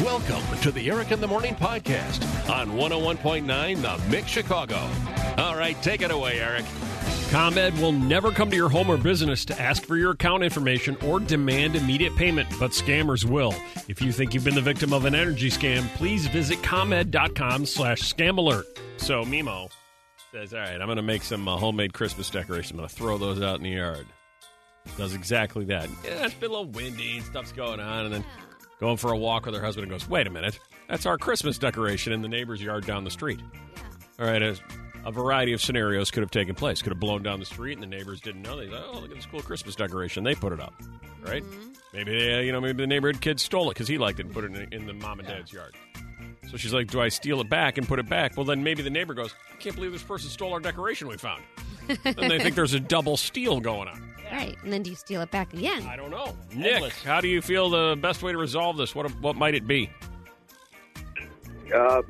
Welcome to the Eric in the Morning podcast on 101.9 The Mix Chicago. All right, take it away, Eric. ComEd will never come to your home or business to ask for your account information or demand immediate payment, but scammers will. If you think you've been the victim of an energy scam, please visit ComEd.com slash scam alert. So Mimo says, "All right, I'm going to make some uh, homemade Christmas decorations. I'm going to throw those out in the yard." Does exactly that. Yeah, it's been a little windy and stuff's going on, and then going for a walk with her husband and goes, "Wait a minute, that's our Christmas decoration in the neighbor's yard down the street." All right, a, a variety of scenarios could have taken place. Could have blown down the street, and the neighbors didn't know. They thought, "Oh, look at this cool Christmas decoration. They put it up, right?" Maybe they, you know, maybe the neighborhood kid stole it because he liked it and put it in, in the mom and dad's yard. So she's like, "Do I steal it back and put it back?" Well, then maybe the neighbor goes, "I can't believe this person stole our decoration we found." then they think there's a double steal going on. Right. And then do you steal it back again? I don't know. Nick, how do you feel the best way to resolve this? What what might it be? Um,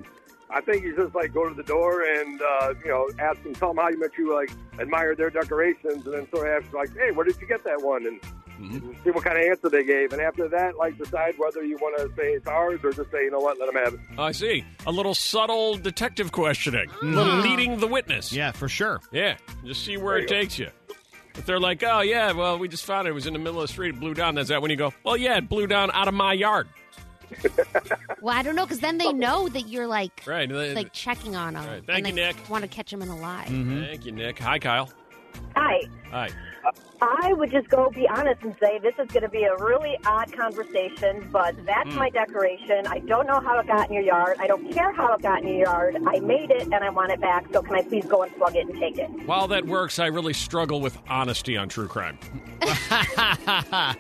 I think you just like go to the door and uh, you know ask them, tell them how much you like admire their decorations, and then sort of ask like, hey, where did you get that one? And, and Mm-hmm. see what kind of answer they gave, and after that, like decide whether you want to say it's ours or just say, you know what, let them have it. I see. A little subtle detective questioning, A little leading the witness. Yeah, for sure. Mm-hmm. Yeah, just see where it takes you. If they're like, "Oh yeah, well we just found it. It was in the middle of the street. It blew down." That's that when you go, "Well yeah, it blew down out of my yard." Well, I don't know because then they know that you're like Right. like checking on them. Right. Thank you, Nick. Mm-hmm. Want to catch them in a lie. Thank you, Nick. Hi, Kyle. Hi. Hi. I would just go be honest and say this is going to be a really odd conversation, but that's Mm. my decoration. I don't know how it got in your yard. I don't care how it got in your yard. I made it and I want it back, so can I please go and plug it and take it? While that works, I really struggle with honesty on true crime. I-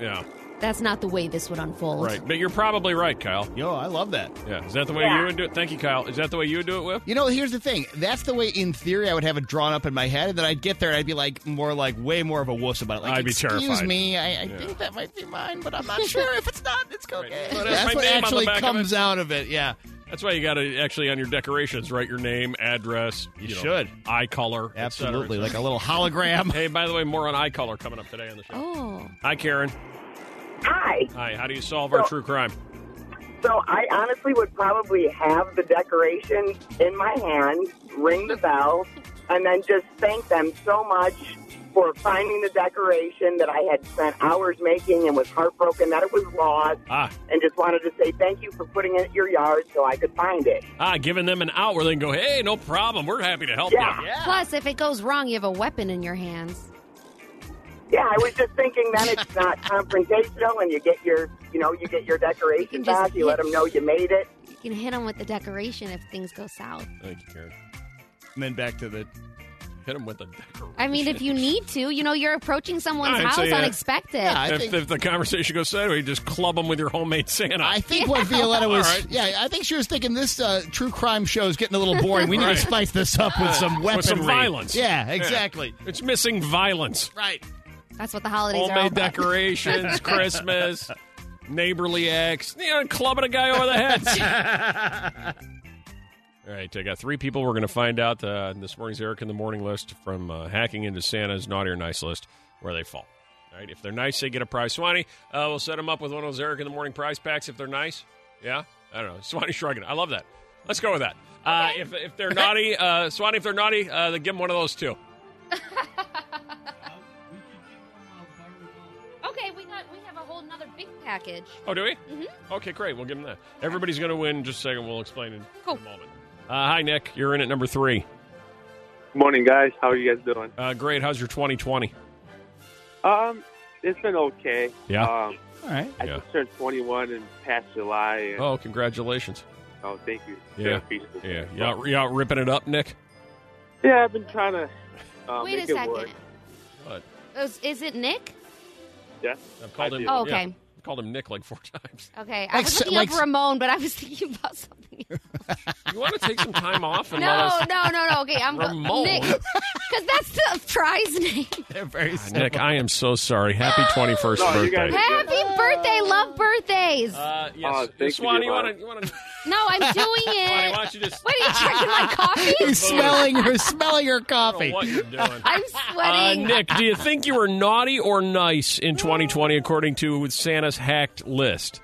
yeah, That's not the way this would unfold. right. But you're probably right, Kyle. Yo, I love that. Yeah. Is that the way Yeah. you would do it? Thank you, Kyle. Is that the way you would do it, Whip? You know, here's the thing. That's the way, in theory, I would have it drawn up in my head, and then I'd get there and I'd be like, more like, way more of a wuss about it. Like, I'd be excuse terrified." me, I, I think that might be mine, but I'm not sure if it's not. It's okay. But that's my name That's what on the actually back of comes out of it. Yeah, That's why you got to actually on your decorations write your name, address. You know, should. eye color. et cetera, absolutely. et Like a little hologram. cetera. hey, by the way, more on eye color coming up today on the show. Oh. Hi, Karen. Hi. Hi. How do you solve our So- true crime? So I honestly would probably have the decoration in my hand, ring the bell, and then just thank them so much for finding the decoration that I had spent hours making and was heartbroken that it was lost, Ah, and just wanted to say thank you for putting it in your yard so I could find it. ah, giving them an out where they can go. Hey, no problem. We're happy to help Yeah. you. Plus, if it goes wrong, you have a weapon in your hands. Yeah, I was just thinking then it's not confrontational, and you get your, you know, you get your You can decoration just back. You let hit- them know you made it. You can hit them with the decoration if things go south. Thank you, Karen. And then back to the. Hit them with a decoration. I mean, if you need to, you know, you're approaching someone's All right, house so, uh, yeah. unexpected. Yeah, I if, think. if the conversation goes sideways, just club them with your homemade Santa. I think what Violetta was, All right. yeah, I think she was thinking this uh, true crime show is getting a little boring. We need Right. to spice this up with some weaponry, With some violence. Yeah, exactly. it's missing violence. Right. That's what the holidays are all Homemade about. decorations, Christmas, neighborly acts, you know, clubbing a guy over the head. All right, I got three people we're going to find out uh, in this morning's Eric in the Morning list from uh, hacking into Santa's naughty or nice list where they fall. All right, if they're nice, they get a prize. Swanee, uh, we'll set them up with one of those Eric in the Morning prize packs if they're nice. Yeah? I don't know. Swanee shrugging. I love that. Let's go with that. Uh, if, if they're naughty, uh, Swanee, if they're naughty, uh, they give them one of those too. Okay, we got we have a whole nother big package. Oh, do we? Mm-hmm. Okay, great. We'll give him that. Everybody's going to win. Just a second. We'll explain in, Cool. in a moment. Uh, hi, Nick. You're in at number three. Morning, guys. How are you guys doing? Uh, great. How's your 2020? Um, it's been okay. Yeah. Um, All right. I Yeah. just turned 21 in past July. And, Oh, congratulations. Oh, thank you. Yeah. Very Yeah. You out, you out ripping it up, Nick? Yeah, I've been trying to. Uh, Wait a make it second. work. What? Is, is it Nick? Yeah. I've called him. Oh, okay. yeah, I've called him Nick like four times. Okay, I Like was s- looking like up s- Ramon, but I was thinking about something. else. You want to take some time off and let No, us. no, no, no. Okay, I'm Ramon. Nick, because that's the prize name. They're very Ah, simple. Nick, I am so sorry. Happy 21st No, birthday. you guys- Happy birthday! Love birthdays. Uh, Oh, yes. thank you, Swan, you Giovanni. want to. You want to. no, I'm doing Why it. don't you just. What are you checking my coffee? He's smelling her, smelling her I don't know coffee. what you're doing. I'm Uh, sweating. Nick, do you think you were naughty or nice in 2020 according to Santa's hacked list?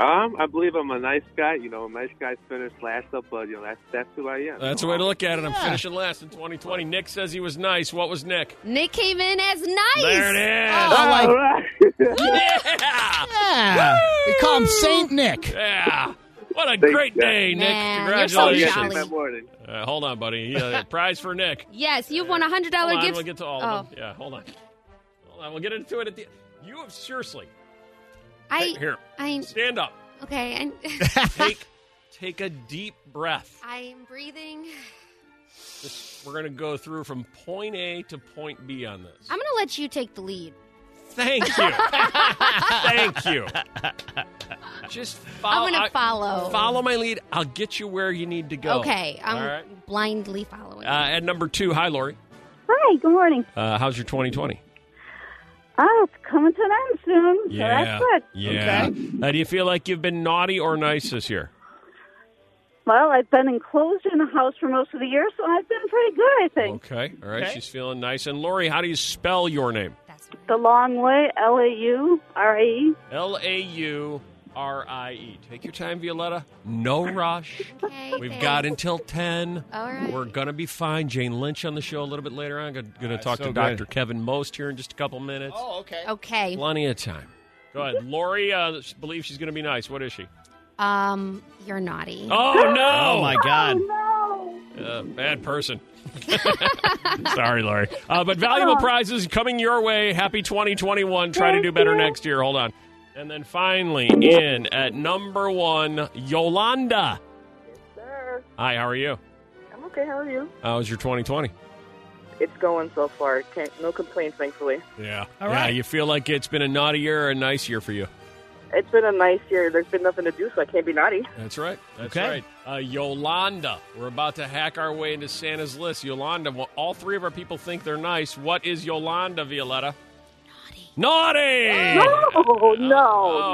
Um, I believe I'm a nice guy. You know, nice guys finish last up, but you know that's that's who I am. That's the way to look at it. I'm finishing last in 2020. Nick says he was nice. What was Nick? Nick came in as nice. Oh. There it is. I like, All right. Oh, Yeah. yeah. We call him Saint Nick. Yeah. What a Thanks, great guys. day, Nick. Man, you're so Oh, Congratulations. yeah, Jolly. thanks, that morning. Uh, hold on, buddy. Uh, prize for Nick. Yes, you've won a hundred Hold dollar on, gift. we'll get to all oh, of them. Yeah, hold on. Hold on. We'll get into it at the You have seriously. I, Here, I, stand up. okay, and Take take a deep breath. I'm breathing. Just- we're going to go through from point A to point B on this. I'm gonna let you take the lead. Thank you. Thank you. Just follow I'm gonna I- follow. follow my lead. I'll get you where you need to go. Okay, um, I'm All right. blindly following. Uh, at number 2, hi Lori. Hi, good morning. Uh, how's your 2020? Oh, it's coming to an end soon. Yeah. So that's good. Yeah. Uh, do you feel like you've been naughty or nice this year? Well, I've been enclosed in the house for most of the year, so I've been pretty good, I think. Okay. All right. She's feeling nice. And Lori, how do you spell your name? That's The long way, L A U R E. L A U R I E. Take your time, Violetta. No rush. okay. We've thanks. got until 10. All right. We're going to be fine. Jane Lynch on the show a little bit later on. Going to talk so to good. Dr. Kevin Most here in just a couple minutes. Oh, okay. Okay. Plenty of time. Go ahead. Lori uh, sh- believes she's going to be nice. What is she? Um, you're naughty. Oh, no. Oh my God. Uh, bad person. Sorry, Lori. Uh, but valuable prizes coming your way. Happy 2021. Try to do better next year. Hold on. And then finally, in at number one, Yolanda. Sir, Hi, how are you? I'm okay. How are you? How was your 2020? It's going so far. Can't, no complaints, thankfully. Yeah. All Yeah, right. you feel like it's been a naughty year or a nice year for you? It's been a nice year. There's been nothing to do, so I can't be naughty. That's right. That's Okay. right. Uh, Yolanda. We're about to hack our way into Santa's list. Yolanda, well, all three of our people think they're nice. What is Yolanda, Violetta? Naughty. Naughty! Oh Oh,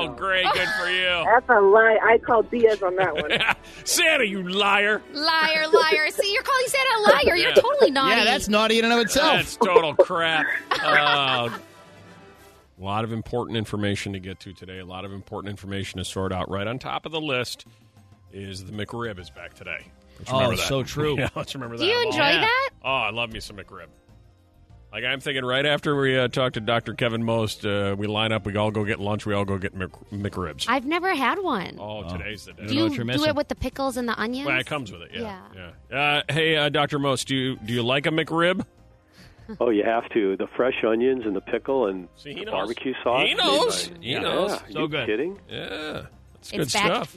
no! great. Good for you. That's a lie. I called Diaz on that one. Santa, you liar. Liar, liar. See, you're calling Santa a liar. You're Yeah. totally naughty. Yeah, that's naughty in and of itself. That's total crap. Uh, a lot of important information to get to today. A lot of important information to sort out. Right on top of the list is the McRib is back today. Let's Oh, remember that. so true. Yeah, let's remember Do that. you enjoy oh, that? Oh, I love me some McRib. Like I'm thinking, right after we uh, talk to Dr. Kevin Most, uh, we line up. We all go get lunch. We all go get Mc- McRibs. I've never had one. oh, today's the day. do know you what you're do missing. it with the pickles and the onions? Well, it comes with it. Yeah. Yeah. Uh, hey, uh, Dr. Most, do you, do you like a McRib? Oh, you have to. The fresh onions and the pickle and See, he the knows. barbecue sauce. He knows. made by- He yeah, knows. Yeah. So you good. kidding? Yeah. That's good it's back stuff.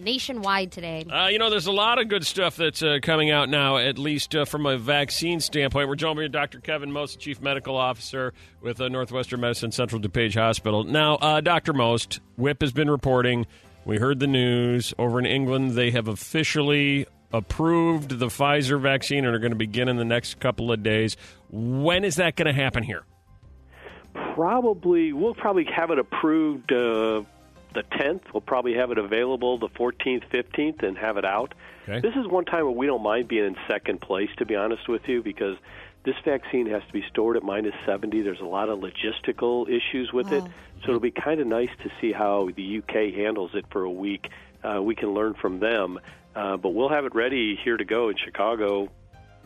nationwide today. Uh, you know, there's a lot of good stuff that's uh, coming out now, at least uh, from a vaccine standpoint. We're joined by Dr. Kevin Most, Chief Medical Officer with uh, Northwestern Medicine Central DuPage Hospital. Now, uh, Dr. Most, WHIP has been reporting. We heard the news over in England. They have officially approved the Pfizer vaccine and are going to begin in the next couple of days. When is that going to happen here? Probably, we'll probably have it approved uh, the 10th. We'll probably have it available the 14th, 15th, and have it out. Okay. This is one time where we don't mind being in second place, to be honest with you, because this vaccine has to be stored at minus 70. There's a lot of logistical issues with it. So it'll be kind of nice to see how the UK handles it for a week. Uh, we can learn from them. Uh, but we'll have it ready here to go in Chicago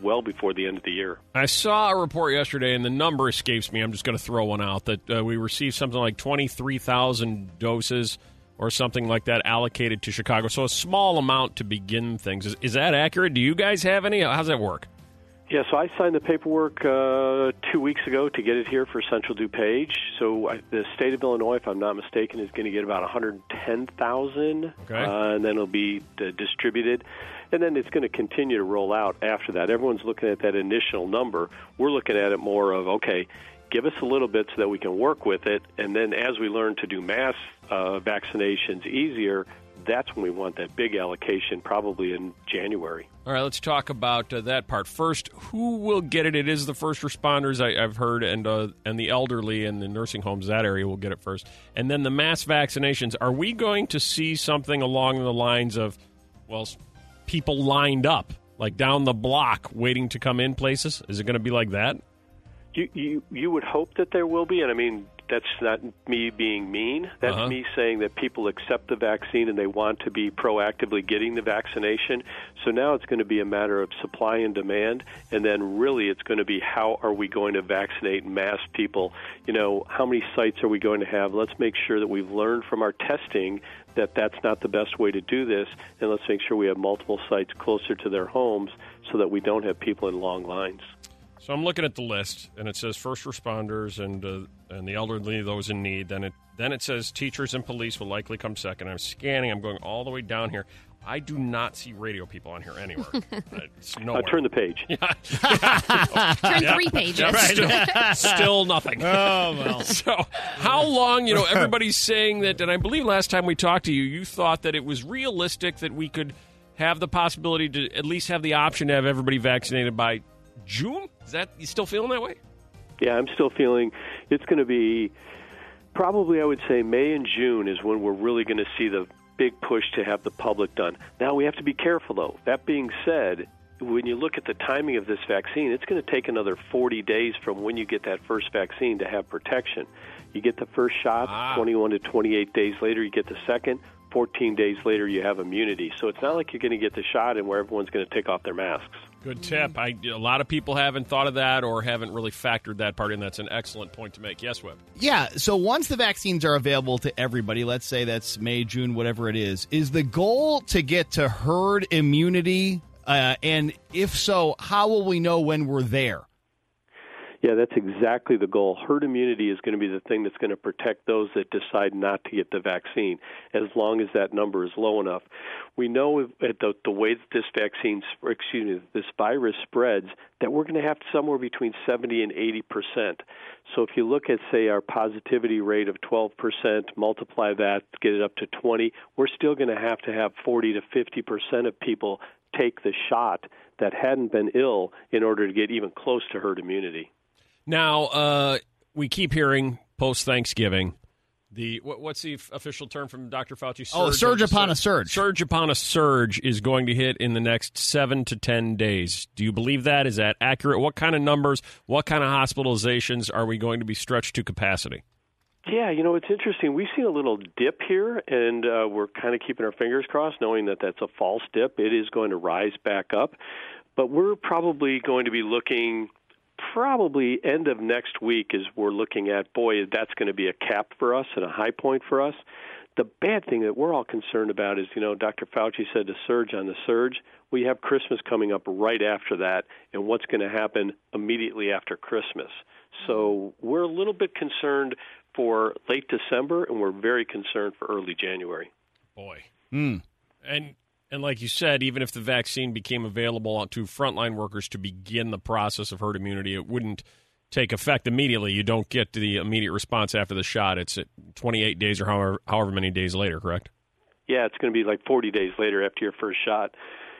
well before the end of the year. I saw a report yesterday, and the number escapes me. I'm just going to throw one out that uh, we received something like 23,000 doses or something like that allocated to Chicago. So a small amount to begin things. Is, is that accurate? Do you guys have any? How's that work? Yeah, so I signed the paperwork uh, two weeks ago to get it here for Central DuPage. So I, the state of Illinois, if I'm not mistaken, is going to get about 110,000, Okay. uh, and then it'll be uh, distributed, and then it's going to continue to roll out after that. Everyone's looking at that initial number. We're looking at it more of okay, give us a little bit so that we can work with it, and then as we learn to do mass uh, vaccinations easier, that's when we want that big allocation, probably in January. All right, let's talk about uh, that part first. Who will get it? It is the first responders I, I've heard, and uh, and the elderly and the nursing homes that area will get it first, and then the mass vaccinations. Are we going to see something along the lines of, well, s- people lined up like down the block waiting to come in places? Is it going to be like that? You, you you would hope that there will be, and I mean that's not me being mean. That's Uh-huh. me saying that people accept the vaccine and they want to be proactively getting the vaccination. So now it's going to be a matter of supply and demand, and then really it's going to be how are we going to vaccinate mass people? You know, how many sites are we going to have? Let's make sure that we've learned from our testing that that's not the best way to do this, and let's make sure we have multiple sites closer to their homes so that we don't have people in long lines. So I'm looking at the list, and it says first responders and uh, and the elderly, those in need. Then it then it says teachers and police will likely come second. I'm scanning. I'm going all the way down here. I do not see radio people on here anywhere. it's Uh, nowhere. turn the page. Turn Yeah. three pages. Yeah, right. still, still nothing. Oh, well. So, how long, you know, everybody's saying that, and I believe last time we talked to you, you thought that it was realistic that we could have the possibility to at least have the option to have everybody vaccinated by June? Is that, you still feeling that way? Yeah, I'm still feeling it's going to be probably, I would say, May and June is when we're really going to see the big push to have the public done. Now, we have to be careful, though. That being said, when you look at the timing of this vaccine, it's going to take another 40 days from when you get that first vaccine to have protection. You get the first shot, 21 to 28 days later, you get the second. 14 days later, you have immunity. So it's not like you're going to get the shot and where everyone's going to take off their masks. Good tip. I, a lot of people haven't thought of that or haven't really factored that part in. That's an excellent point to make. Yes, Webb. Yeah. So once the vaccines are available to everybody, let's say that's May, June, whatever it is, is the goal to get to herd immunity? Uh, and if so, how will we know when we're there? Yeah, that's exactly the goal. Herd immunity is going to be the thing that's going to protect those that decide not to get the vaccine, as long as that number is low enough. We know if- at uh, the, the way that this vaccine, sp- excuse me, this virus spreads, that we're going to have somewhere between 70 and 80 percent. So if you look at, say, our positivity rate of 12 percent, multiply that, get it up to 20, we're still going to have to have 40 to 50 percent of people take the shot that hadn't been ill in order to get even close to herd immunity. Now, uh, we keep hearing post Thanksgiving. The what, what's the f- official term from Dr. Fauci? Oh, surge upon a surge. Surge upon a surge is going to hit in the next seven to ten days. Do you believe that? Is that accurate? What kind of numbers? What kind of hospitalizations are we going to be stretched to capacity? Yeah, you know, it's interesting. We've seen a little dip here, and uh, we're kind of keeping our fingers crossed, knowing that that's a false dip. It is going to rise back up, but we're probably going to be looking. Probably end of next week is we're looking at. Boy, that's going to be a cap for us and a high point for us. The bad thing that we're all concerned about is, you know, Dr. Fauci said to surge on the surge. We have Christmas coming up right after that, and what's going to happen immediately after Christmas. So we're a little bit concerned for late December, and we're very concerned for early January. Boy, and and like you said, even if the vaccine became available to frontline workers to begin the process of herd immunity, it wouldn't take effect immediately. You don't get the immediate response after the shot. It's at 28 days or however however many days later. Correct. Yeah, it's going to be like 40 days later after your first shot.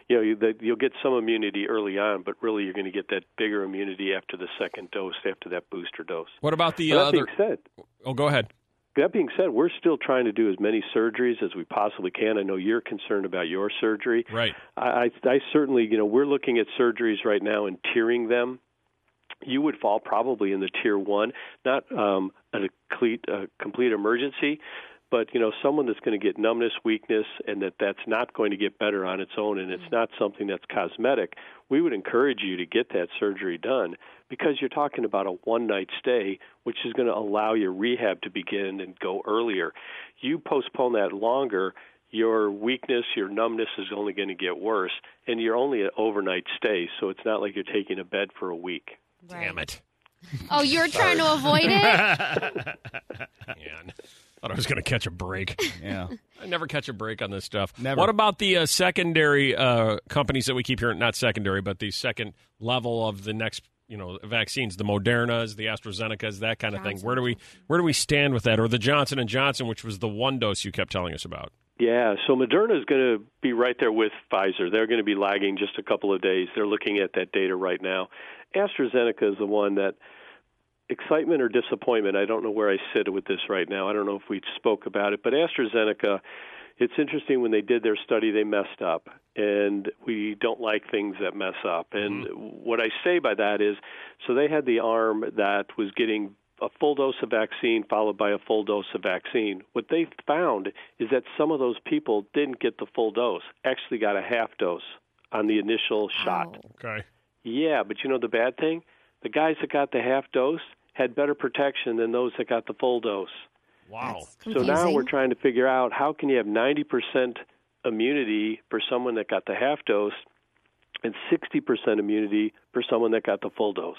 You know, you, that you'll get some immunity early on, but really you're going to get that bigger immunity after the second dose, after that booster dose. What about the But that other? being said, Oh, go ahead. That being said, we're still trying to do as many surgeries as we possibly can. I know you're concerned about your surgery. Right. I, I, I certainly, you know, we're looking at surgeries right now and tiering them. You would fall probably in the tier one, not um, a complete, a complete emergency, but you know, someone that's going to get numbness, weakness, and that that's not going to get better on its own, and it's not something that's cosmetic. We would encourage you to get that surgery done because you're talking about a one night stay, which is going to allow your rehab to begin and go earlier. You postpone that longer, your weakness, your numbness is only going to get worse, and you're only an overnight stay, so it's not like you're taking a bed for a week. Damn it. Oh, you're trying to avoid it? Man. Thought I was going to catch a break. Yeah. I never catch a break on this stuff. Never. What about the uh, secondary uh, companies that we keep hearing? Not secondary, but the second level of the next, you know, vaccines, the Modernas, the AstraZenecas, that kind of thing. Where do we where do we stand with that? Or the Johnson and Johnson, which was the one dose you kept telling us about? Yeah, so Moderna is going to be right there with Pfizer. They're going to be lagging just a couple of days. They're looking at that data right now. AstraZeneca is the one that excitement or disappointment. I don't know where I sit with this right now. I don't know if we spoke about it, but AstraZeneca. It's interesting when they did their study, they messed up, and we don't like things that mess up. And what I say by that is, so they had the arm that was getting a full dose of vaccine followed by a full dose of vaccine. What they found is that some of those people didn't get the full dose, actually got a half dose on the initial Oh, shot. Okay. Yeah, but you know the bad thing? The guys that got the half dose had better protection than those that got the full dose. Wow. So now we're trying to figure out how can you have 90% immunity for someone that got the half dose and 60% immunity for someone that got the full dose.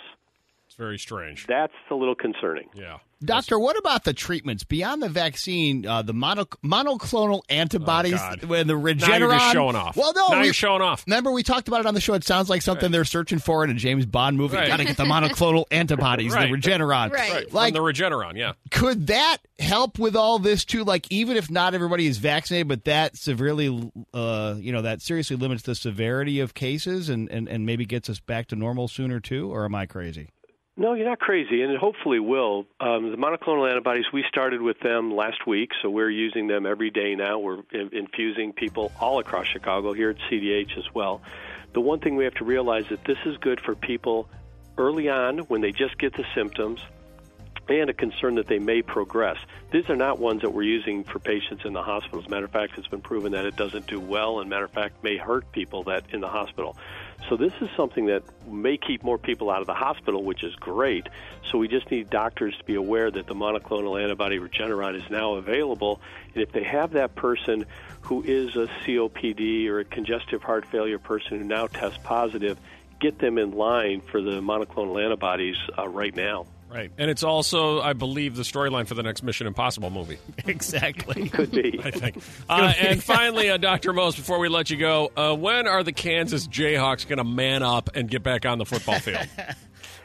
It's very strange. That's a little concerning. Yeah. Doctor, what about the treatments beyond the vaccine? Uh, the mono- monoclonal antibodies Oh, God. and the Regeneron. Now you're just showing off. Well, no, Now we- you're showing off. Remember, we talked about it on the show. It sounds like something they're searching for in a James Bond movie. Right. Got to get the monoclonal antibodies, Right. the Regeneron. Right. Like, From the Regeneron, yeah. could that help with all this too? Like, even if not everybody is vaccinated, but that severely, uh, you know, that seriously limits the severity of cases and, and and maybe gets us back to normal sooner too. Or am I crazy? No, you're not crazy, and it hopefully will. Um, the monoclonal antibodies, we started with them last week, so we're using them every day now. We're in- infusing people all across Chicago here at CDH as well. The one thing we have to realize that this is good for people early on when they just get the symptoms and a concern that they may progress. These are not ones that we're using for patients in the hospital. As a matter of fact, it's been proven that it doesn't do well, and matter of fact, may hurt people that in the hospital. So this is something that may keep more people out of the hospital, which is great. So we just need doctors to be aware that the monoclonal antibody Regeneron is now available, and if they have that person who is a COPD or a congestive heart failure person who now tests positive, get them in line for the monoclonal antibodies uh, right now. Right. And it's also, I believe, the storyline for the next Mission Impossible movie. Exactly. Could be. I think. Uh, and finally, uh, Dr. Most, before we let you go, uh, when are the Kansas Jayhawks going to man up and get back on the football field?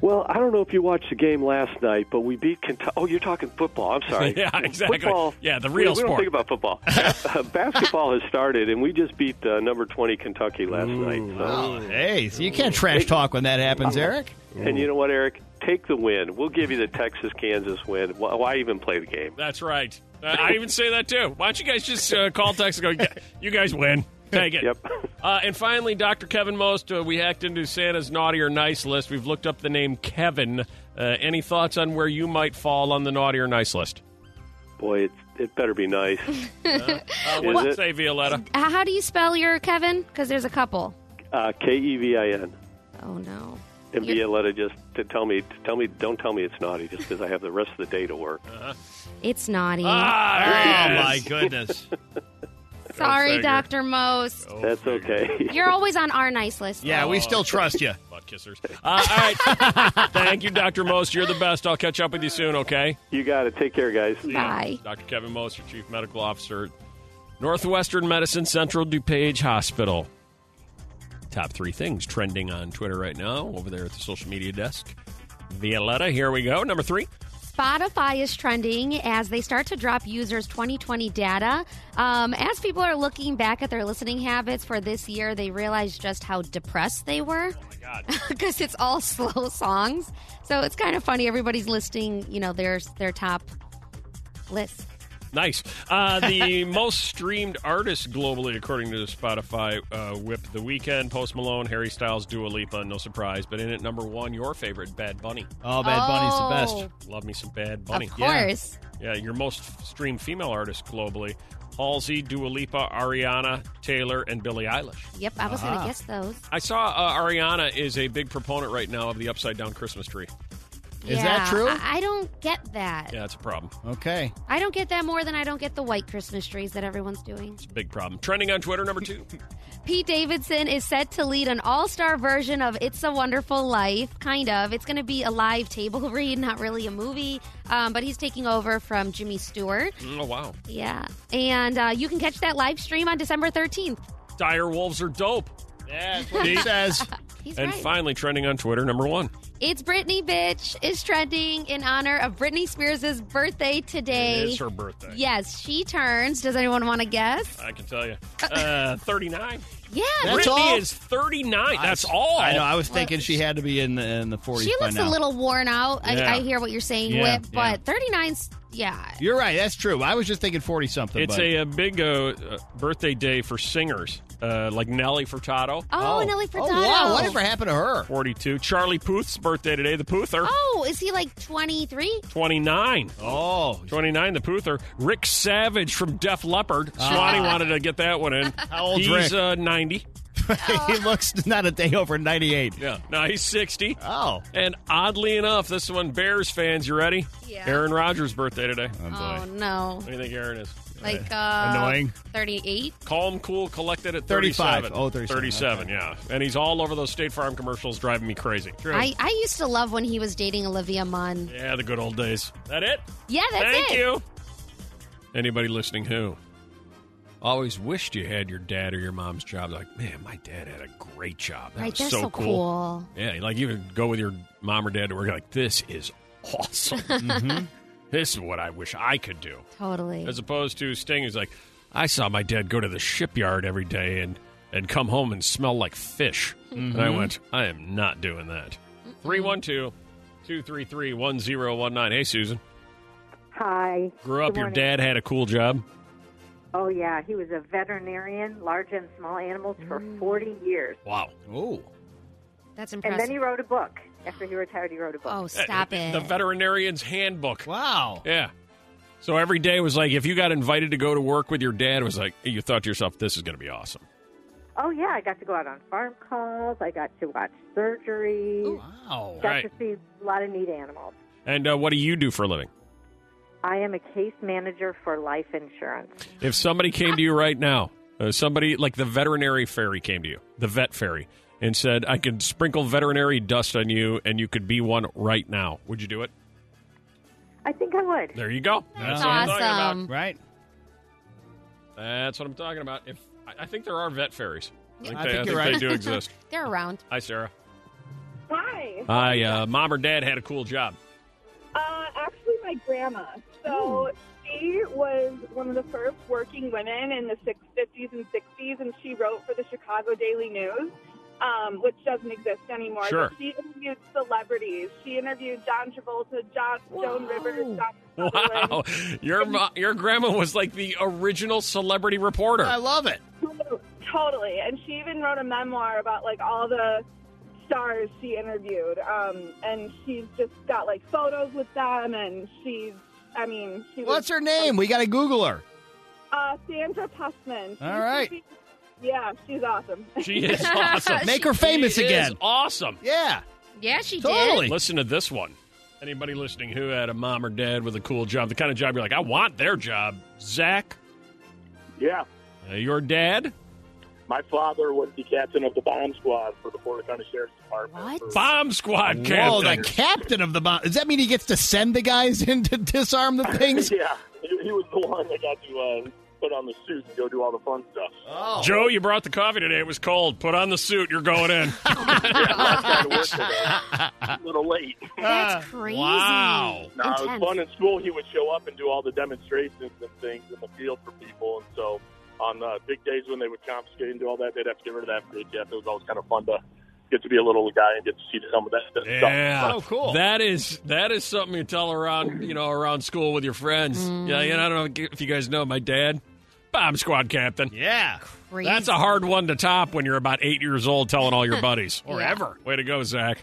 Well, I don't know if you watched the game last night, but we beat Kentucky. Oh, you're talking football. I'm sorry. Yeah, exactly. Football, Yeah, the we- real we, sport. don't think about football. Uh, Basketball has started, and we just beat uh, number 20 Kentucky last night. So. Oh, hey, so you can't trash talk when that happens, Eric. And you know what, Eric? Take the win. We'll give you the Texas Kansas win. Why, why even play the game? That's right. Uh, I even say that too. Why don't you guys just uh, call Texas and go, "Yeah, you guys win. Take it. Yep. Uh, and finally, Dr. Kevin Most, uh, we hacked into Santa's naughty or nice list. We've looked up the name Kevin. Uh, any thoughts on where you might fall on the naughty or nice list? Boy, it, it better be nice. Uh, Is what it? say, Violetta? Uh, How do you spell your Kevin? Because there's a couple. Uh, K E V I N. Oh no. And You're- Violetta just to tell me, to tell me, don't tell me it's naughty, just because I have the rest of the day to work. It's naughty. Ah, there it is. goodness. Sorry, figure. Dr. Most. Oh, That's okay. You're always on our nice list. Yeah, we still trust you. Butt kissers. Uh, all right. Thank you, Dr. Most. You're the best. I'll catch up with you soon, okay? you got it. Take care, guys. Bye. Dr. Kevin Most, your Chief Medical Officer, Northwestern Medicine Central DuPage Hospital. Top three things trending on Twitter right now over there at the social media desk. Violetta, here we go. Number three. Spotify is trending as they start to drop users' 2020 data. Um, as people are looking back at their listening habits for this year, they realize just how depressed they were. Oh Because it's all slow songs, so it's kind of funny. Everybody's listing, you know, their their top list. Nice. Uh, the most streamed artist globally, according to Spotify, uh, Whip the Weekend, Post Malone, Harry Styles, Dua Lipa, no surprise. But in at number one, your favorite, Bad Bunny. Oh, Bad Bunny's the best. Love me some Bad Bunny. Oh, Of Yeah. course. Yeah, your most streamed female artist globally Halsey, Dua Lipa, Ariana, Taylor, and Billie Eilish. Yep, I was Uh-huh. gonna guess those. I saw uh, Ariana is a big proponent right now of the upside down Christmas tree. Is that Yeah, true? I, I don't get that. Yeah, that's a problem. Oh. Okay. I don't get that more than I don't get the white Christmas trees that everyone's doing. It's a big problem. Trending on Twitter, number two. Pete Davidson is set to lead an all star version of It's a Wonderful Life, kind of. It's going to be a live table read, not really a movie, um, but he's taking over from Jimmy Stewart. oh, wow. Yeah. And uh, you can catch that live stream on December 13th. Dire wolves are dope. That's what He says, He's And right. finally, trending on Twitter, number one. It's Britney Bitch is trending in honor of Britney Spears' birthday today. It's her birthday. Yes, she turns. Does anyone want to guess? I can tell you. Uh, 39. Yeah, That's Britney all? is 39. That's I- all. I know. I was thinking she had to be in the in the 40s She by looks now. a little worn out. Yeah. I, I hear what you're saying, Yeah, Whip, but 39's, yeah. You're right. That's true. I was just thinking 40 something. It's but- a, uh big uh, uh, birthday day for singers, uh, like Nelly Furtado, Oh, Nelly Furtado. Oh, wow. Whatever happened to her? 42. Charlie Puth's birthday today, the Poother. Oh, is he like 23? 29. Oh, 29, the Poother. Rick Savage from Def Leppard. Ah. Swanee wanted to get that one in. How old's He's Rick? uh, 90. he looks not a day over 98. Yeah. No, he's 60. Oh. And oddly enough, this one, Bears fans, you ready? Yeah. Aaron Rodgers' birthday today. Oh, boy. Oh, no. What do you think Aaron is? Like, uh. Annoying. 38? Calm, cool, collected at 35. 37. Oh, 37, 37, okay. yeah. And he's all over those State Farm commercials, driving me crazy. True. I, I used to love when he was dating Olivia Munn. yeah, the good old days. That it? Yeah, that's Thank it. you. Anybody listening who always wished you had your dad or your mom's job? Like, man, my dad had a great job. That Right, was that's so, so cool. Yeah, like you would go with your mom or dad to work. you're Like, this is awesome. This is what I wish I could do. Totally. As opposed to Sting, who's like, I saw my dad go to the shipyard every day and and come home and smell like fish. And Mm-hmm. I went, I am not doing that. 312 233 1019. Hey, Susan. Hi. Grew up, Good your morning. dad had a cool job. Oh, yeah. He was a veterinarian, large and small animals, for Mm. 40 years. Wow. Oh. That's And impressive. then he wrote a book. After he retired, he wrote a book. oh, stop it. The veterinarian's handbook. Wow. Yeah. So every day was like, if you got invited to go to work with your dad, it was like, you thought to yourself, this is going to be awesome. Oh, yeah. I got to go out on farm calls. I got to watch surgeries. Wow. Got Right. to see a lot of neat animals. And uh, what do you do for a living? I am a case manager for life insurance. If somebody came to you right now, uh, somebody like the veterinary fairy came to you, the vet fairy, and said, I could sprinkle veterinary dust on you and you could be one right now, would you do it? I think I would. There you go. That's what I'm talking about. awesome. Right? That's what I'm talking about. If I I think there are vet fairies. I think, I they, think I you're think right. they do exist. They're around. Hi, Sarah. Hi. Hi, uh, mom or dad had a cool job. Uh, actually, my grandma. So Hmm. she was one of the first working women in the six- 50s and 60s, and she wrote for the Chicago Daily News, um, which doesn't exist anymore. Sure. But she interviewed celebrities. She interviewed John Travolta, John, Joan Rivers, Dr. Sutherland. Wow, your mo- your grandma was like the original celebrity reporter. I love it. Totally. And she even wrote a memoir about like all the stars she interviewed. Um, and she's just got like photos with them and she's I mean she was What's her name? We got to Google her. uh Sandra Pussman. She All used to right. be- yeah, she's awesome. She is awesome. Make her famous She is again. awesome. Yeah. Yeah, she did. Totally. Listen to this one. Anybody listening who had a mom or dad with a cool job, the kind of job you're like, I want their job. Zach, Yeah, uh, your dad, my father was the captain of the bomb squad for the Florida County Sheriff's Department. What? for- bomb squad Whoa, captain. the captain of the bomb. Does that mean he gets to send the guys in to disarm the things? yeah, he, he was the one that got to uh, put on the suit and go do all the fun stuff. Oh. Joe, you brought the coffee today. It was cold. Put on the suit. You're going in. Yeah, I was trying to work today. A little late. That's crazy. wow. No, it was Intense. fun in school. He would show up and do all the demonstrations and things in the field for people. And so on uh, big days when they would confiscate and do all that, they'd have to get rid of that big gift. It was always kind of fun to get to be a little guy and get to see some of that stuff. Yeah. Oh, cool. That is that is something you tell around you know around school with your friends. Yeah, yeah. I don't know if you guys know my dad, bomb squad captain. Yeah. Crazy. That's a hard one to top when you're about eight years old telling all your buddies. Or Yeah. ever. Way to go, Zach.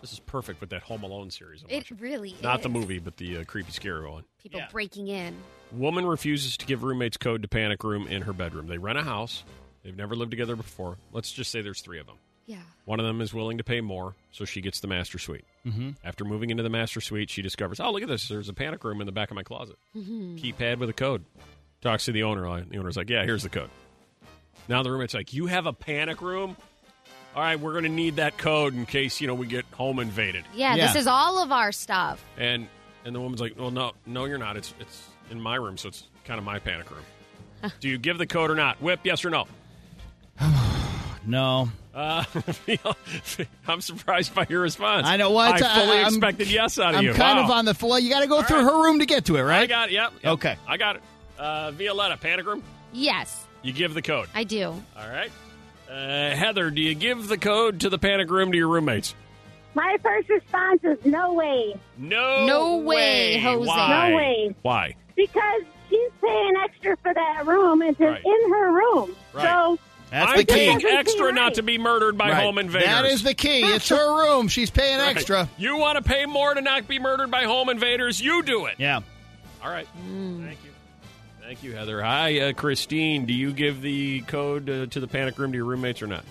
This is perfect with that Home Alone series. I'm It watching. really Not is. the movie, but the uh, creepy, scary one. People Yeah. breaking in. Woman refuses to give roommates code to panic room in her bedroom. They rent a house. They've never lived together before. Let's just say there's three of them. Yeah. One of them is willing to pay more, so she gets the master suite. Mm-hmm. After moving into the master suite, she discovers, oh, look at this. There's a panic room in the back of my closet. Keypad with a code. Talks to the owner. Like, The owner's like, yeah, here's the code. Now the roommate's like, you have a panic room? All right, we're going to need that code in case, you know, we get home invaded. yeah. Yeah. This is all of our stuff. And and the woman's like, well, no, no, you're not. It's it's in my room, so it's kind of my panic room. Do you give the code or not? Whip, yes or no? No. Uh, I'm surprised by your response. I know what I fully I'm- expected yes out of I'm you. kind Wow. of on the floor. You got to go through right. her room to get to it, I right? got it. Yep. yep. Okay. I got it. Uh, Violetta, panic room. Yes, You give the code. I do. All right. Uh, Heather, do you give the code to the panic room to your roommates? My first response is no way, No. No way, Jose. Why? No way. Why? because she's paying extra for that room. It's Right. in her room. Right. So That's That's the I'm key. paying extra not to be murdered by Right. home invaders. That is the key. It's her room. She's paying Right. extra. You want to pay more to not be murdered by home invaders? You do it. Yeah. All right. Thank you. Thank you, Heather. Hi, uh, Christine. Do you give the code uh, to the panic room to your roommates or not?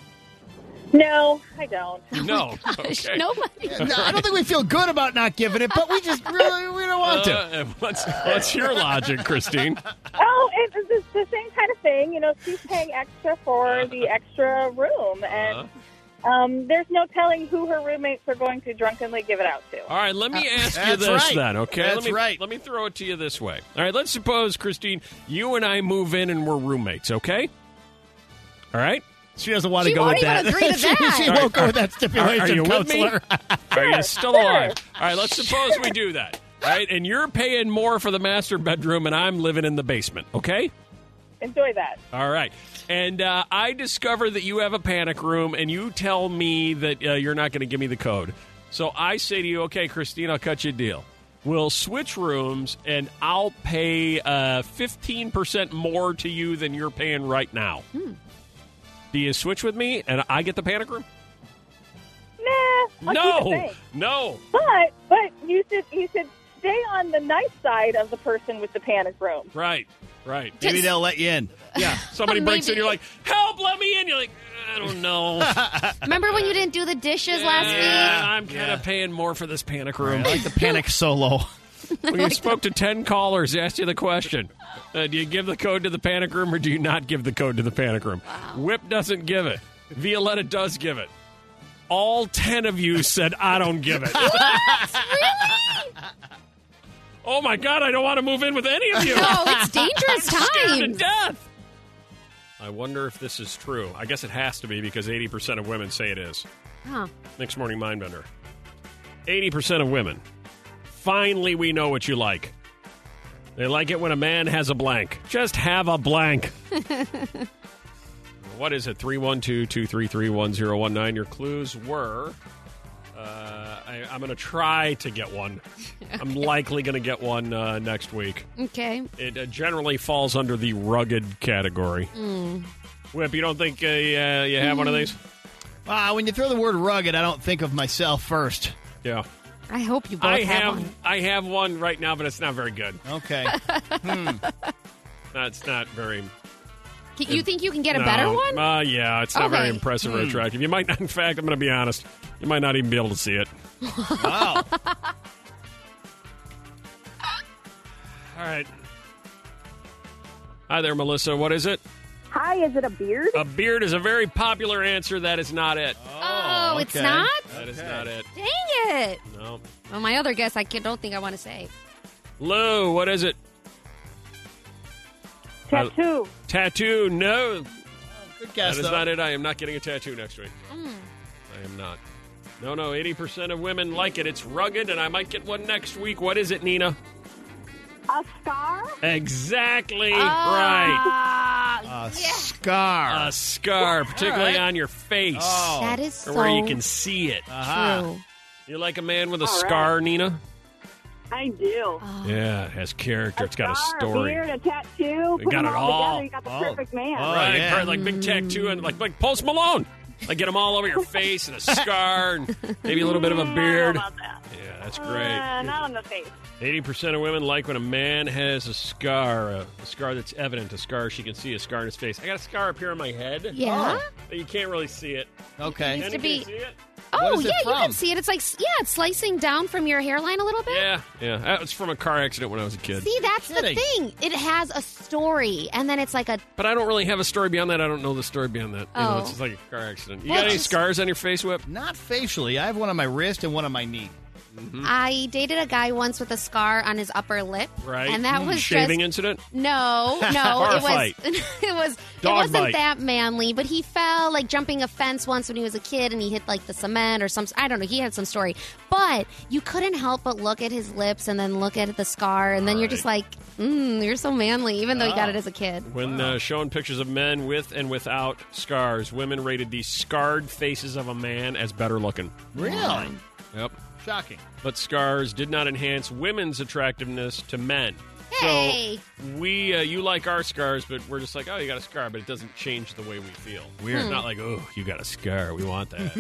No, I don't. Oh no. okay. Yeah, no, I don't think we feel good about not giving it, but we just really we don't want to. Uh, what's, what's your logic, Christine? Oh, it- it's, it's the same kind of thing. You know, she's paying extra for the Uh-huh. extra room, and um, there's no telling who her roommates are going to drunkenly give it out to. All right, let me ask you That's this right. then, okay? let That's me, right. Let me throw it to you this way. All right, let's suppose, Christine, you and I move in and we're roommates, okay? All right? She doesn't want She won't even agree to she that. she All right, won't go are- with that stipulation, are you with me? counselor. Are you still alive? All right, let's suppose we do that. All right, and you're paying more for the master bedroom and I'm living in the basement, okay? Enjoy that. All right. And uh, I discover that you have a panic room, and you tell me that uh, you're not going to give me the code. So I say to you, okay, Christine, I'll cut you a deal. We'll switch rooms, and I'll pay uh, 15% more to you than you're paying right now. Hmm. Do you switch with me, and I get the panic room? Nah, I'll keep it no. safe. No. But but you should you should stay on the nice side of the person with the panic room. Right. Right. Maybe they'll let you in. Yeah. Somebody breaks in, Maybe. you're like, help, let me in. You're like, I don't know. Remember when you didn't do the dishes last Yeah, week? I'm kind of paying more for this panic room. I like the panic solo. We spoke to 10 callers, asked you the question uh, Do you give the code to the panic room or do you not give the code to the panic room? Whip doesn't give it. Violetta does give it. All 10 of you said, I don't give it. Oh my God, I don't want to move in with any of you. No, Oh, it's dangerous Scared to times. death. I wonder if this is true. I guess it has to be because 80% of women say it is. Huh. Next morning, Mindbender. 80% of women. Finally, we know what you like. They like it when a man has a blank. Just have a blank. what is it? 312 233 1019. Your clues were. Uh, I, I'm going to try to get one. I'm likely going to get one uh, next week. Okay. It uh, generally falls under the rugged category. Hmm. Whip, you don't think uh, you, uh, you have one of these? Ah, when you throw the word rugged, I don't think of myself first. Yeah. I hope you both I have, have one. I have one right now, but it's not very good. Okay. That's not very. Can- You think you can get a no. better one? Uh, yeah, it's not very Okay. Hmm. impressive or attractive. You might not. In fact, I'm going to be honest. You might not even be able to see it. wow. All right. Hi there, Melissa. What is it? Hi, is it a beard? A beard is a very popular answer. That is not it. oh, it's okay. not? That is not it. Dang it. No. Well, my other guess, I can- don't think I want to say. Lou, what is it? Tattoo. Tattoo? No. Good That guess, is though. Mm. not it. I am not getting a tattoo next week. I am not. No, no. Eighty percent of women like it. It's rugged, and I might get one next week. What is it, Nina? A scar? Exactly right. Ah, Ah, A Ah. scar. A scar, particularly on your face, Oh. That is so or where you can see it. Aha. true. You like a man with a All right. scar, Nina? I do. Ah. Yeah, it has character. It's got a scar, story. beard, a tattoo. We Put got them it all. Together, you got the Oh. perfect man. Oh, right, yeah. right, like big tattoo and like like Post Malone. Like get them all over your face and a scar and maybe a little bit of a Mm, I don't know beard. about that. Yeah, that's Uh, great. not on the face. Eighty percent of women like when a man has a scar, a, a scar that's evident, a scar she can see, a scar in his face. I got a scar up here on my head. Yeah. Oh. but you can't really see it. Okay. Used to Can be- you see it? Oh, is it yeah, you from? can see it. It's like, s- yeah, it's slicing down from your hairline a little bit. Yeah, yeah. That was from a car accident when I was a kid. See, that's Kidding. the thing. It has a story, and then it's like a. But I don't really have a story beyond that. I don't know the story beyond that. You know, Oh. it's just like a car accident. You Well, got any just- scars on your face, Whip? Not facially. I have one on my wrist and one on my knee. Hmm. I dated a guy once with a scar on his upper lip, Right. Hmm. And that was shaving just incident. no, no. Bar it was fight. it was it Dog wasn't bite. that manly, but he fell like jumping a fence once when he was a kid, and he hit like the cement or some. I don't know. He had some story, but you couldn't help but look at his lips and then look at the scar, and then you're just like, mm, you're so manly, even though he Ah. got it as a kid. When uh, showing pictures of men with and without scars, women rated the scarred faces of a man as better looking. Really? Yep. Shocking. Oh But scars did not enhance women's attractiveness to men. Yay! So we, uh, you like our scars, but we're just like, oh, you got a scar, but it doesn't change the way we feel. We're Hmm. not like, oh, you got a scar. We want that.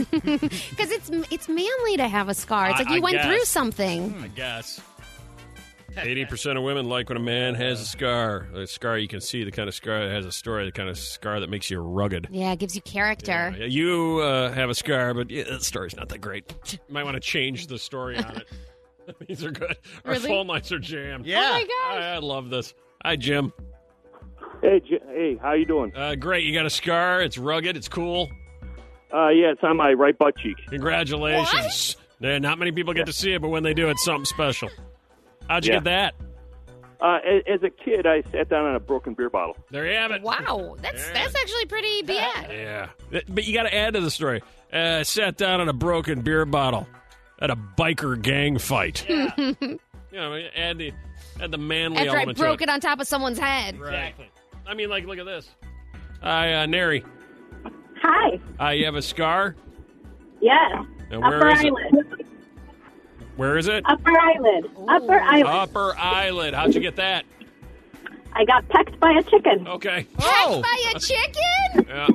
Because it's it's manly to have a scar. It's I- like you I went through guess. Hmm. something. I guess. Eighty percent of women like when a man has a scar, a scar you can see, the kind of scar that has a story, the kind of scar that makes you rugged. Yeah, it gives you character. Yeah, You uh, have a scar, but yeah, that story's not that great. You might want to change the story on it. These are good. Our Really? phone lines are jammed. Yeah. Oh my gosh. I, I love this. Hi, Jim. Hey, J- hey, how you doing? Uh, great. You got a scar. It's rugged. It's cool. Uh, yeah, it's on my right butt cheek. Congratulations. Yeah, not many people get to see it, but when they do, it's something special. How'd you Yeah. get that? Uh, a- as a kid, I sat down on a broken beer bottle. There you have it. Wow, that's that's actually pretty bad. Yeah. But you got to add to the story. Uh, sat down on a broken beer bottle at a biker gang fight. Yeah. I mean, add the add the manly After I element broke to it on top of someone's head. Exactly. I mean, like, look at this. it. Hi, uh, Neri. Hi. Uh, you have a scar. Yes. And Upper where is it? eyelid. Where is it? Upper eyelid. Upper eyelid. Upper eyelid. How'd you get that? I got pecked by a chicken. Okay. Oh, By a chicken? Yeah.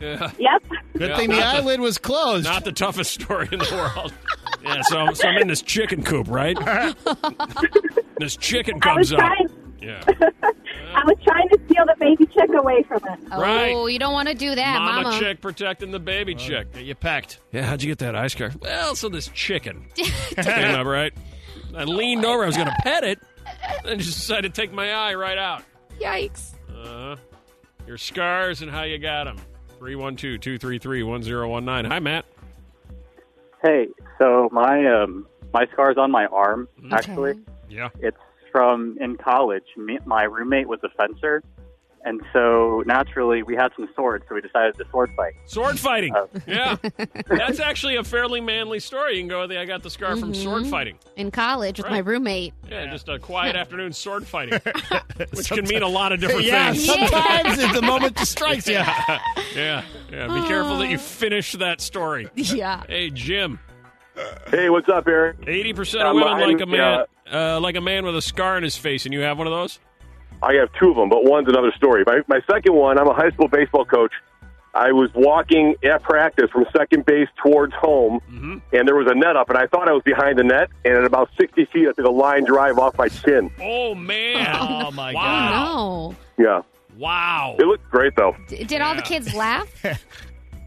Yeah. Yep. Good Yeah, thing the not eyelid was closed. Not the toughest story in the world. yeah, so, so I'm in this chicken coop, right? this chicken I was comes up. trying. Yeah. I was trying to steal the baby chick away from it. Right. Oh, you don't want to do that, Mama, Mama. chick protecting the baby chick. You packed. Yeah, how'd you get that ice car? Well, so this chicken came up, right? I leaned over. I was going to pet it, and just decided to take my eye right out. Yikes. Uh-huh. Your scars and how you got them. 312 233 1019. Hi, Matt. Hey, so my um my scar's on my arm Mm-hmm. actually. Yeah. It's from in college. Me, my roommate was a fencer, and so naturally we had some swords, so we decided to sword fight. Sword fighting. Oh. Uh, Yeah. That's actually a fairly manly story. You can go with the I got the scar from Mm-hmm. Mhm. sword fighting. In college with my roommate. Yeah, just a quiet afternoon sword fighting, which can mean a lot of different Yeah, things. sometimes it's the moment that strikes you. yeah, yeah. yeah. Be careful Oh. that you finish that story. Yeah. Hey, Jim. Hey, what's up, Eric? Eighty percent of Uh, women mine, like a man, uh, like a man with a scar on his face, and you have one of those. I have two of them, but one's another story. My, my second one, I'm a high school baseball coach. I was walking at practice from second base towards home, and there was a net up, and I thought I was behind the net, and at about 60 feet, I took a line drive off my chin. Oh man! Oh my Wow. Yeah. Wow. It looked great, though. No. D- Did all the kids laugh?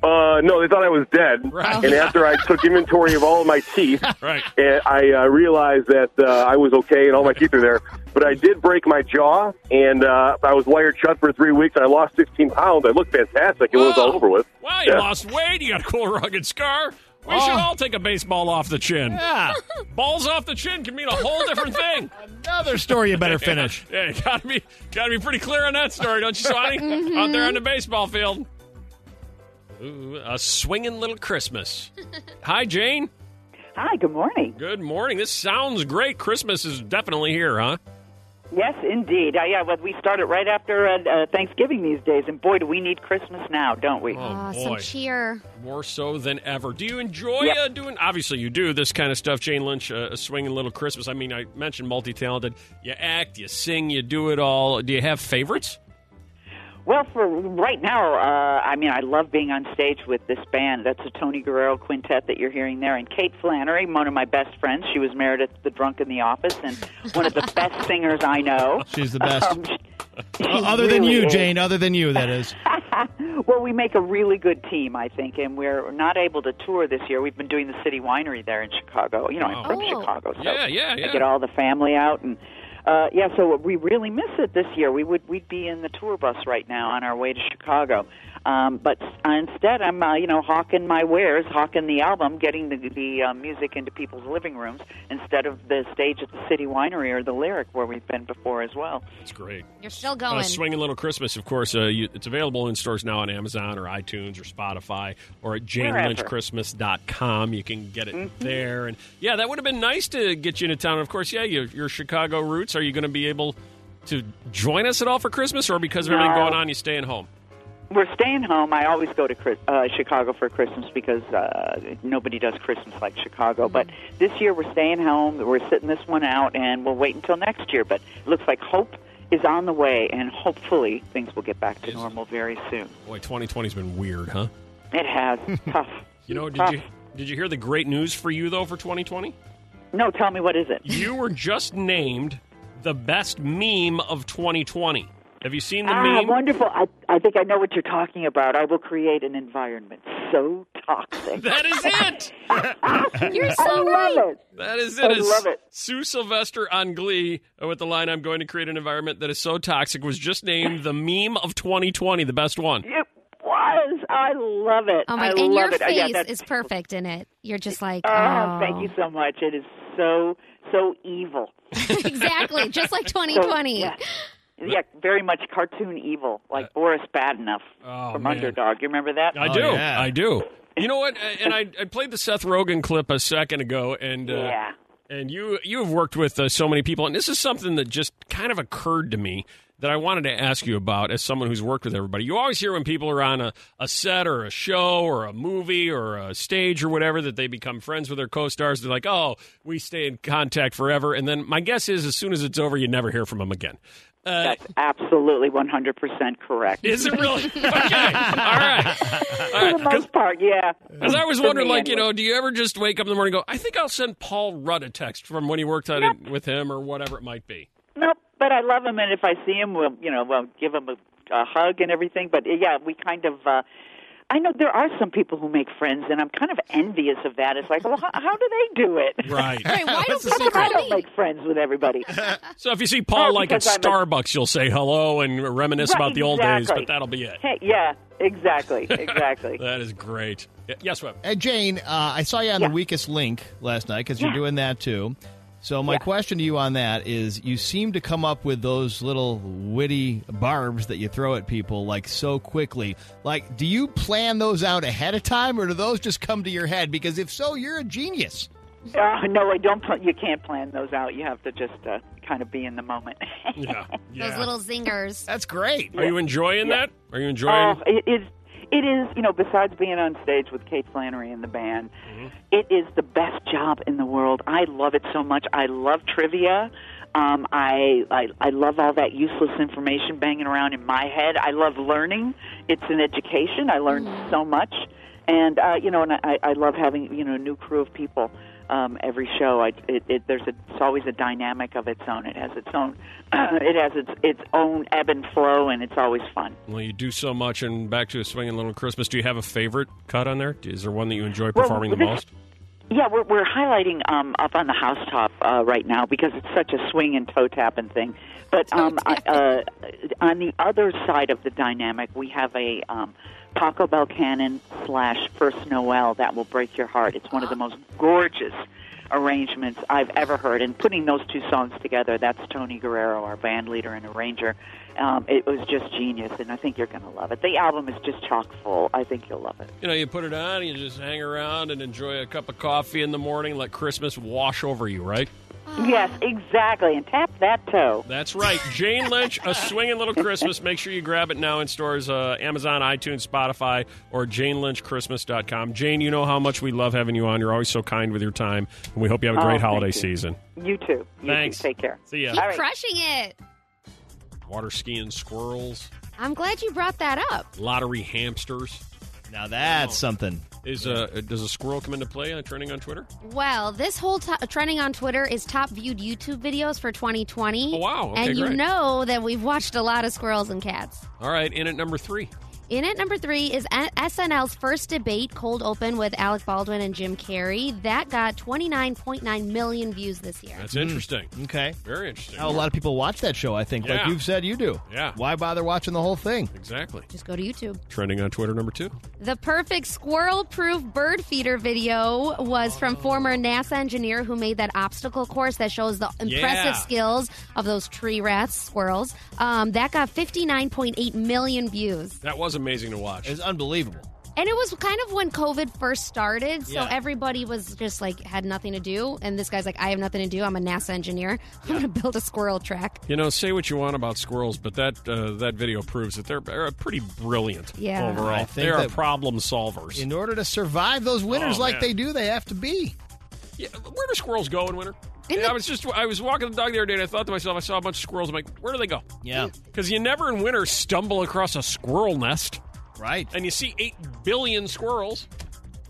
Uh, no, they thought I was dead. Right. And after I took inventory of all of my teeth, right. and I uh, realized that uh, I was okay and all my teeth are there. But I did break my jaw, and uh, I was wired shut for three weeks. And I lost 15 pounds. I looked fantastic. It was all over with. Wow, you Yeah. lost weight. You got a cool rugged scar. We should all take a baseball off the chin. Yeah. Balls off the chin can mean a whole different thing. Another story you better finish. Yeah, you gotta be gotta be pretty clear on that story, don't you, Swanee? Mhm. Out there on the baseball field. Ooh, a swinging little Christmas. Hi, Jane. Hi, good morning. Good morning. This sounds great. Christmas is definitely here, huh? Yes, indeed. Uh, yeah, well, we started right after uh, uh, Thanksgiving these days, and boy, do we need Christmas now, don't we? Oh, Ah, Some cheer. More so than ever. Do you enjoy uh, doing? Obviously, you do this kind of stuff. Jane Lynch, uh, a swinging little Christmas. I mean, I mentioned multi-talented. You act, you sing, you do it all. Do you have favorites? Well, for right now, uh, I mean, I love being on stage with this band. That's the Tony Guerrero Quintet that you're hearing there. And Kate Flannery, one of my best friends, she was Meredith the Drunk in the Office and one of the best singers I know. She's the best. Um, she Uh, other than really you, is. Jane. Other than you, that is. Well, we make a really good team, I think, and we're not able to tour this year. We've been doing the city winery there in Chicago. You know, I'm Oh, from Chicago, so Yeah, yeah, yeah. I get all the family out and uh, yeah. So we really miss it this year. We would we'd be in the tour bus right now on our way to Chicago, um, but s- instead I'm uh, you know hawking my wares, hawking the album, getting the the uh, music into people's living rooms instead of the stage at the city winery or the lyric where we've been before as well. It's great. You're still Uh, going. swinging Little Christmas, of course. Uh, you, it's available in stores now on Amazon or iTunes or Spotify or at janelynchchristmas.com. You can get it Mm-hmm. there. And yeah, that would have been nice to get you into town. Of course, yeah, you, your Chicago roots. Are you going to be able to join us at all for Christmas or because of everything No. going on, you staying home? we're staying home, I always go to Chris, uh, Chicago for Christmas because uh, nobody does Christmas like Chicago. But this year we're staying home. We're sitting this one out, and we'll wait until next year. But it looks like hope is on the way, and hopefully things will get back to normal very soon. Boy, 2020's been weird, huh? It has tough. You know, did you did you hear the great news for you though for 2020? No, tell me what is it? You were just named the best meme of 2020. Have you seen the Ah, meme? wonderful! I, I think I know what you're talking about. I will create an environment so toxic. That is it. You're so I love right. it. That is it. I It's love it. Sue Sylvester on Glee with the line "I'm going to create an environment that is so toxic" was just named the meme of 2020, the best one. It was. I love it. Oh my! I and your love it. Uh, face yeah, that's- is perfect in it. You're just like, oh, Ah, thank you so much. It is so so evil. exactly, just like 2020. yeah. Yeah, very much cartoon evil, like Boris Badenoff from man. Underdog. You remember that? I do. I do. You know what? And I, I played the Seth Rogen clip a second ago, and uh, Yeah. and you you have worked with uh, so many people, and this is something that just kind of occurred to me that I wanted to ask you about as someone who's worked with everybody. You always hear when people are on a, a set or a show or a movie or a stage or whatever that they become friends with their co-stars. They're like, oh, we stay in contact forever. And then my guess is as soon as it's over, you never hear from them again. That's absolutely 100% correct. Is it really? Okay. All right. For the most part, yeah. Because I was For wondering, me, like, you anyway. know, do you ever just wake up in the morning and go, I think I'll send Paul Rudd a text from when he worked on it with him or whatever it might be? Nope, but I love him, and if I see him, we'll you know we'll give him a, a hug and everything. But uh, yeah, we kind of. Uh, I know there are some people who make friends, and I'm kind of envious of that. It's like, well, how, how do they do it? Right. Right, why How don't come people I call don't me? make friends with everybody? So if you see Paul, Oh, like, at because I'm a- Starbucks, you'll say hello and reminisce Right, about the old days, exactly. but that'll be it. Hey, yeah, exactly, exactly. That is great. Y- Yes, Webb. Hey, Jane, uh, I saw you on the weakest link last night because you're Yeah. doing that too. So my question to you on that is: You seem to come up with those little witty barbs that you throw at people like so quickly. Like, do you plan those out ahead of time, or do those just come to your head? Because if so, you're a genius. Uh, no, I don't. Pl- you can't plan those out. You have to just uh, kind of be in the moment. Yeah. Those little zingers. That's great. Are you enjoying that? Are you enjoying? Oh, it is. It is. You know, besides being on stage with Kate Flannery and the band, it is the best job in the world. I love it so much. I love trivia. Um, I, I I love all that useless information banging around in my head. I love learning. It's an education. I learn so much, and uh, you know, and I, I love having you know a new crew of people um, every show. I, it, it, there's a, it's always a dynamic of its own. It has its own it has its its own ebb and flow, and it's always fun. Well, you do so much, and back to a swinging little Christmas. Do you have a favorite cut on there? Is there one that you enjoy Well, performing the this- most? Yeah, we're, we're highlighting um, up on the housetop uh, right now because it's such a swing and toe tapping thing. But um, I, uh, on the other side of the dynamic, we have a um, Taco Bell Cannon slash First Noel that will break your heart. It's one of the most gorgeous arrangements I've ever heard. And putting those two songs together, that's Tony Guerrero, our band leader and arranger. Um, it was just genius, and I think you're going to love it. The album is just chock full. I think you'll love it. You know, you put it on, you just hang around and enjoy a cup of coffee in the morning, let Christmas wash over you, right? Yes, exactly. And tap that toe. That's right. Jane Lynch, A Swingin' Little Christmas. Make sure you grab it now in stores uh, Amazon, iTunes, Spotify, or janelynchchristmas.com. Jane, you know how much we love having you on. You're always so kind with your time, and we hope you have a Oh, great thank holiday you. season. You too. You Thanks. Too. Take care. See ya. Keep crushing it. Water skiing squirrels, I'm glad you brought that up. lottery hamsters. Now that's something. Is a does a squirrel come into play on trending on Twitter? Well, this whole to- trending on Twitter is top viewed YouTube videos for 2020. Oh, wow. Okay, and you great. know that we've watched a lot of squirrels and cats. All right, in at number three. In at number three is N- SNL's first debate, Cold Open, with Alec Baldwin and Jim Carrey. That got 29.9 million views this year. That's interesting. Okay. Very interesting. Now, a lot of people watch that show. I think, like Yeah. you've said, you do. Yeah. Why bother watching the whole thing? Exactly. Just go to YouTube. Trending on Twitter number two. The perfect squirrel proof bird feeder video was from former NASA engineer who made that obstacle course that shows the impressive Yeah. skills of those tree rats, squirrels. Um, that got 59.8 million views. That was amazing to watch. It's unbelievable. And it was kind of when COVID first started, so Yeah. everybody was just like had nothing to do. And this guy's like, I have nothing to do. I'm a NASA engineer. I'm going to build a squirrel track. You know, say what you want about squirrels, but that uh, that video proves that they're, they're pretty brilliant Yeah. I overall. think They are that- problem solvers. In order to survive those winters Oh, like man. they do, they have to be. Yeah, where do squirrels go in winter? Yeah, I was just I was walking the dog the other day and I thought to myself, I saw a bunch of squirrels. I'm like, where do they go? Yeah. Because you never in winter stumble across a squirrel nest. Right. And you see eight billion squirrels.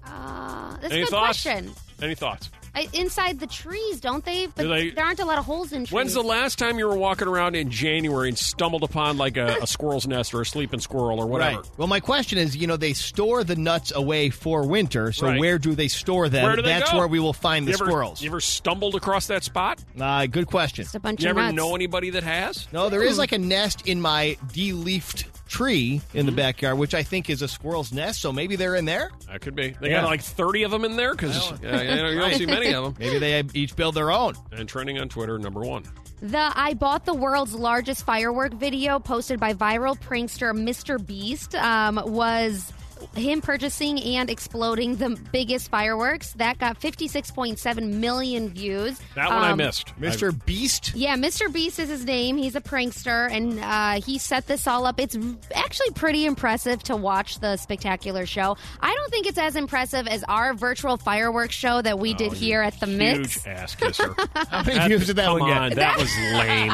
Uh, that's Any a good thoughts? question. Any thoughts? I, inside the trees, don't they? But they- there aren't a lot of holes in trees. When's the last time you were walking around in January and stumbled upon like a, a squirrel's nest or a sleeping squirrel or whatever? Right. Well, my question is, you know, they store the nuts away for winter, so Right. where do they store them? Where do they That's go? where we will find the You ever- squirrels. You ever stumbled across that spot? Uh, good question. a bunch you ever know anybody that has? No, there is Hmm. like a nest in my de-leafed tree in Hmm. the backyard, which I think is a squirrel's nest. So maybe they're in there. That could be. They Yeah. got like 30 of them in there because you don't you don't see many of them. Maybe they each build their own. And trending on Twitter, number one. The I bought the world's largest firework video posted by viral prankster Mr. Beast um, was him purchasing and exploding the biggest fireworks that got 56.7 million views. That one I Um, missed. Mr. Beast. Yeah, Mr. Beast is his name. He's a prankster, and uh, he set this all up. It's actually pretty impressive to watch the spectacular show. I don't think it's as impressive as our virtual fireworks show that we did here at the Mix. Oh, Huge ass kisser. How many views did that come one get? on, that was lame.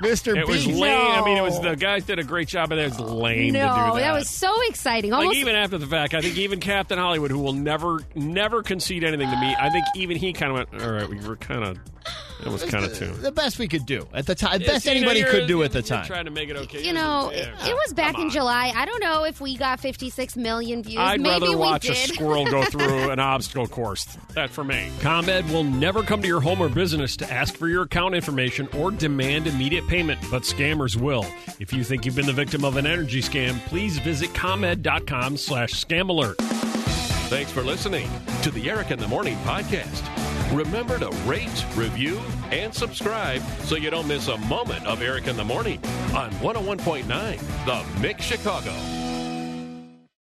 Mr. It was Beast. lame. I mean, it was the guys did a great job, but it was lame Oh, no, to do that. was so exciting. like Almost even after the fact, I think even Captain Hollywood, who will never, never concede anything to me, I think even he kind of went, "All right, we were kind of, that was kind of too." The best we could do at the time. Yeah, Best see, now anybody you're- could do at the you're time. Trying to make it okay, you know, it, Yeah. it was back in July. I don't know if we got 56 million views. I'd Maybe rather we watch a did. squirrel go through an obstacle course. That for me. ComEd will never come to your home or business to ask for your account information or demand immediate payment, but scammers will. If you think you've been the victim of an energy scam, please visit ComEd.com slash scam alert. Thanks for listening to the Eric in the Morning podcast. Remember to rate, review, and subscribe so oh you don't miss a moment of Eric in the Morning on 101.9 The Mix Chicago.